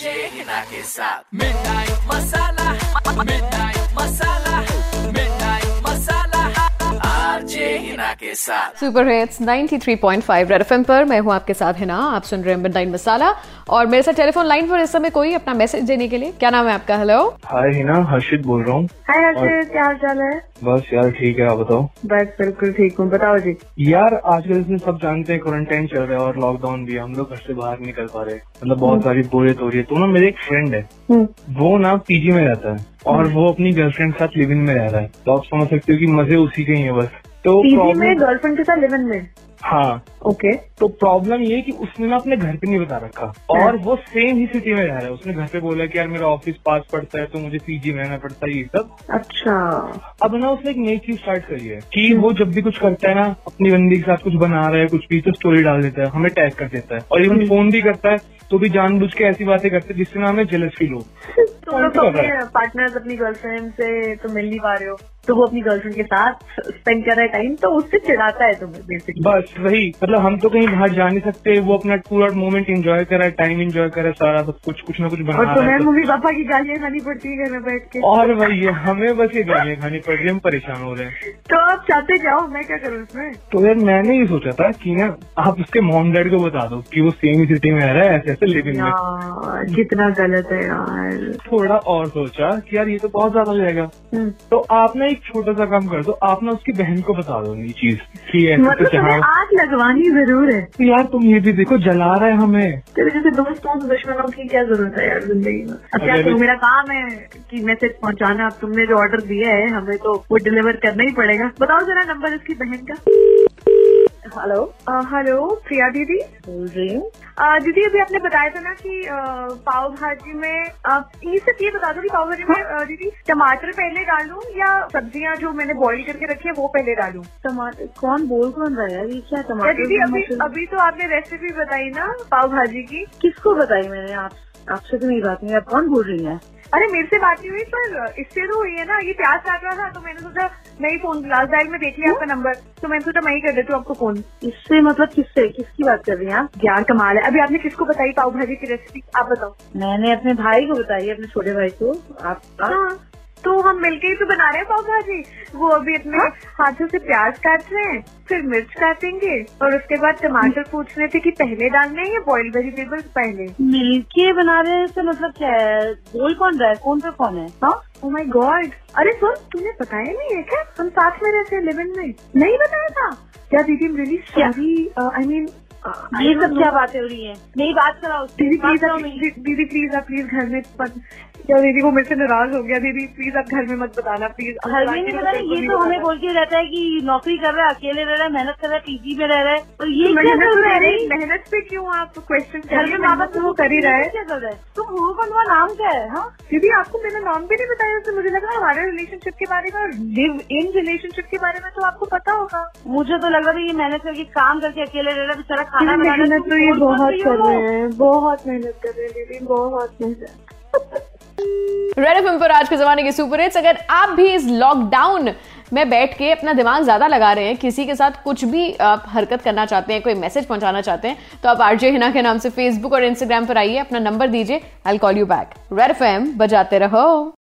जे हिना के साथ मिठाई मसाला मिठाई मसाला मिठाई मसाला आरजे हिना के साथ सुपर हिट्स 93.5 रेड एफएम पर मैं हूं आपके साथ हिना आप सुन रहे हैं मिडनाइट मसाला और मेरे साथ टेलीफोन लाइन पर इस समय कोई अपना मैसेज देने के लिए क्या नाम है आपका हेलो हाय हिना हर्षित बोल रहा हूँ हाय हर्षित क्या हाल चाल है बस यार ठीक है आप बताओ बस बिल्कुल ठीक हूँ बताओ जी यार आजकल इसमें सब जानते हैं क्वारंटाइन चल रहा है और लॉकडाउन भी है, हम लोग घर से बाहर नहीं निकल पा रहे मतलब हम्म। बहुत सारी बोरियत हो रही है तो ना मेरे एक फ्रेंड है वो ना पीजी में रहता है हम्म। और वो अपनी गर्लफ्रेंड के साथ लिविंग में रह रहा है तो आप समझ सकते हो कि मजे उसी के ही है बस तो पीजी में प्रॉब्लम गर्लफ्रेंड के साथ लिवन में हाँ ओके तो प्रॉब्लम ये है कि उसने ना अपने घर पे नहीं बता रखा हाँ। और वो सेम ही सिटी में रह रहा है उसने घर पे बोला कि यार मेरा ऑफिस पास पड़ता है तो मुझे पीजी में रहना पड़ता है ये सब अच्छा अब ना उसने एक नई चीज स्टार्ट करी है कि वो जब भी कुछ करता है ना अपनी बंदी के साथ कुछ बना रहा है कुछ भी तो स्टोरी डाल देता है हमें टैग कर देता है और इवन फोन भी करता है तो भी जानबूझ के ऐसी बातें करते हैं जिससे ना हमें जेलस फील हो तुम लोग तो अपने पार्टनर अपनी गर्लफ्रेंड से तो मिल नहीं पा रहे हो तो वो अपनी गर्लफ्रेंड के साथ स्पेंड कर रहा है टाइम तो उससे चिढ़ाता है तुम्हें बेसिकली बस वही मतलब हम तो कहीं बाहर जा नहीं सकते वो अपना पूरा मोमेंट एंजॉय कर रहा है टाइम एंजॉय कर रहा है सारा सब कुछ कुछ ना कुछ बना और रहा तुम्हें है तो- मम्मी पापा की गालियां खानी पड़ती है घर में बैठ के और वही है, हमें बस ये गाने खानी पड़ रही है हम परेशान हो रहे हैं तो आप चाहते जाओ मैं क्या करूँ इसमें तो यार मैंने ये सोचा था कि ना आप उसके मॉम डैड को बता दो कि वो सेम सिटी में रह रहा है ऐसे ऐसे हम्म। लिविंग में यार कितना गलत है यार थोड़ा और सोचा कि यार ये तो बहुत ज्यादा हो जाएगा हम्म। तो आप ना एक छोटा सा काम कर दो आप ना उसकी बहन को बता दो ये चीज कि ऐसे मतलब कुछ तुम्हें हाँ आग लगवानी जरूर है तो यार तुम ये भी देखो जला रहा है हमें तेरे जैसे दोस्तों और दुश्मनों की क्या जरूरत है यार जिंदगी में अब क्या अरे करूं अरे। मेरा काम है कि मैसेज पहुंचाना अब तुमने जो ऑर्डर दिया है हमें तो वो डिलीवर करना ही पड़ेगा बताओ जरा नंबर इसकी बहन का हेलो हेलो प्रिया दीदी बोल रही हूँ दीदी अभी आपने बताया था ना कि अ, पाव भाजी में आप ये सिर्फ ये बता दो कि पाव भाजी में अ, दीदी टमाटर पहले डालूं या सब्जियां जो मैंने बॉईल करके रखी है वो पहले डालूं टमाटर कौन बोल कौन रहा है यार? ये क्या या टमाटर दीदी अभी टमाटर- अभी तो आपने रेसिपी बताई ना पाव भाजी की किसको बताई मैंने आप आपसे तो मेरी बात नहीं हुई। आप कौन बोल रही हैं अरे मेरे से बात नहीं हुई पर इससे तो हुई है ना ये प्याज काट रहा था तो मैंने सोचा मैं ही फोन लास्ट डायल में देख लिया आपका नंबर तो मैंने सोचा मैं ही कर देती हूँ आपको फोन इससे मतलब किससे किसकी बात कर रही हैं आप यार कमाल है अभी आपने किसको बताई पाव भाजी की रेसिपी आप बताओ मैंने अपने भाई को बताई है, अपने छोटे भाई को आप, आप हाँ तो हम मिलके ही तो बना रहे हैं पाव भाजी वो अभी अपने हाथों से प्याज काट रहे हैं फिर मिर्च काटेंगे और उसके बाद टमाटर पूछ रहे थे कि पहले डालने हैं या बॉइल्ड वेजिटेबल्स पहले मिलके बना रहे हैं इससे मतलब क्या है बोल कौन रहा है कौन पे कौन है हाँ ओ माय गॉड Oh अरे सुन तूने बताया नहीं है क्या हम साथ में रहते हैं लिविन में नहीं बताया था क्या दीदी am really sorry I mean uh, ये सब क्या बातें हो रही है मेरी बात कराओ उससे, मतलब- दीदी बात प्लीज तो कराओ आप मेरी। दी- दीदी प्लीज आप प्लीज घर में मत क्या दीदी को मेरे से नाराज हो गया दीदी प्लीज आप घर में मत बताना प्लीज घर में नहीं पता नहीं ये तो हमें बोल के रहता है कि नौकरी कर रहा है अकेले रह रहा है मेहनत कर रहा है पीजी में रह रहा है और ये क्या मेहनत कर तो रहा है कर रही भाई? मेहनत पे क्यों आप क्वेश्चन कर घर रही में हो माँ मेहनत बाप तो वो कर ही रहा है क्या कर रहा है तुम हो कौन हुआ नाम क्या है हाँ दीदी आपको मैंने नाम भी नहीं बताया तो मुझे लगा हमारे रिलेशनशिप के बारे में और लिव इन रिलेशनशिप के बारे में तो आपको पता होगा मुझे तो लग रहा था ये मेहनत करके काम करके अकेले रह रहा है, बेचारा खाना बना रहा है, मेहनत तुम तो ये बोल बहुत सकती हो। कर रहे हैं बहुत मेहनत कर रहे हैं दीदी बहुत मेहनत रेड एफएम पर आज के जमाने के सुपर हिट्स अगर आप भी इस लॉकडाउन में बैठ के अपना दिमाग ज्यादा लगा रहे हैं किसी के साथ कुछ भी आप हरकत करना चाहते हैं कोई मैसेज पहुंचाना चाहते हैं तो आप आरजे हिना के नाम से फेसबुक और इंस्टाग्राम पर आइए अपना नंबर दीजिए I call you back red FM बजाते रहो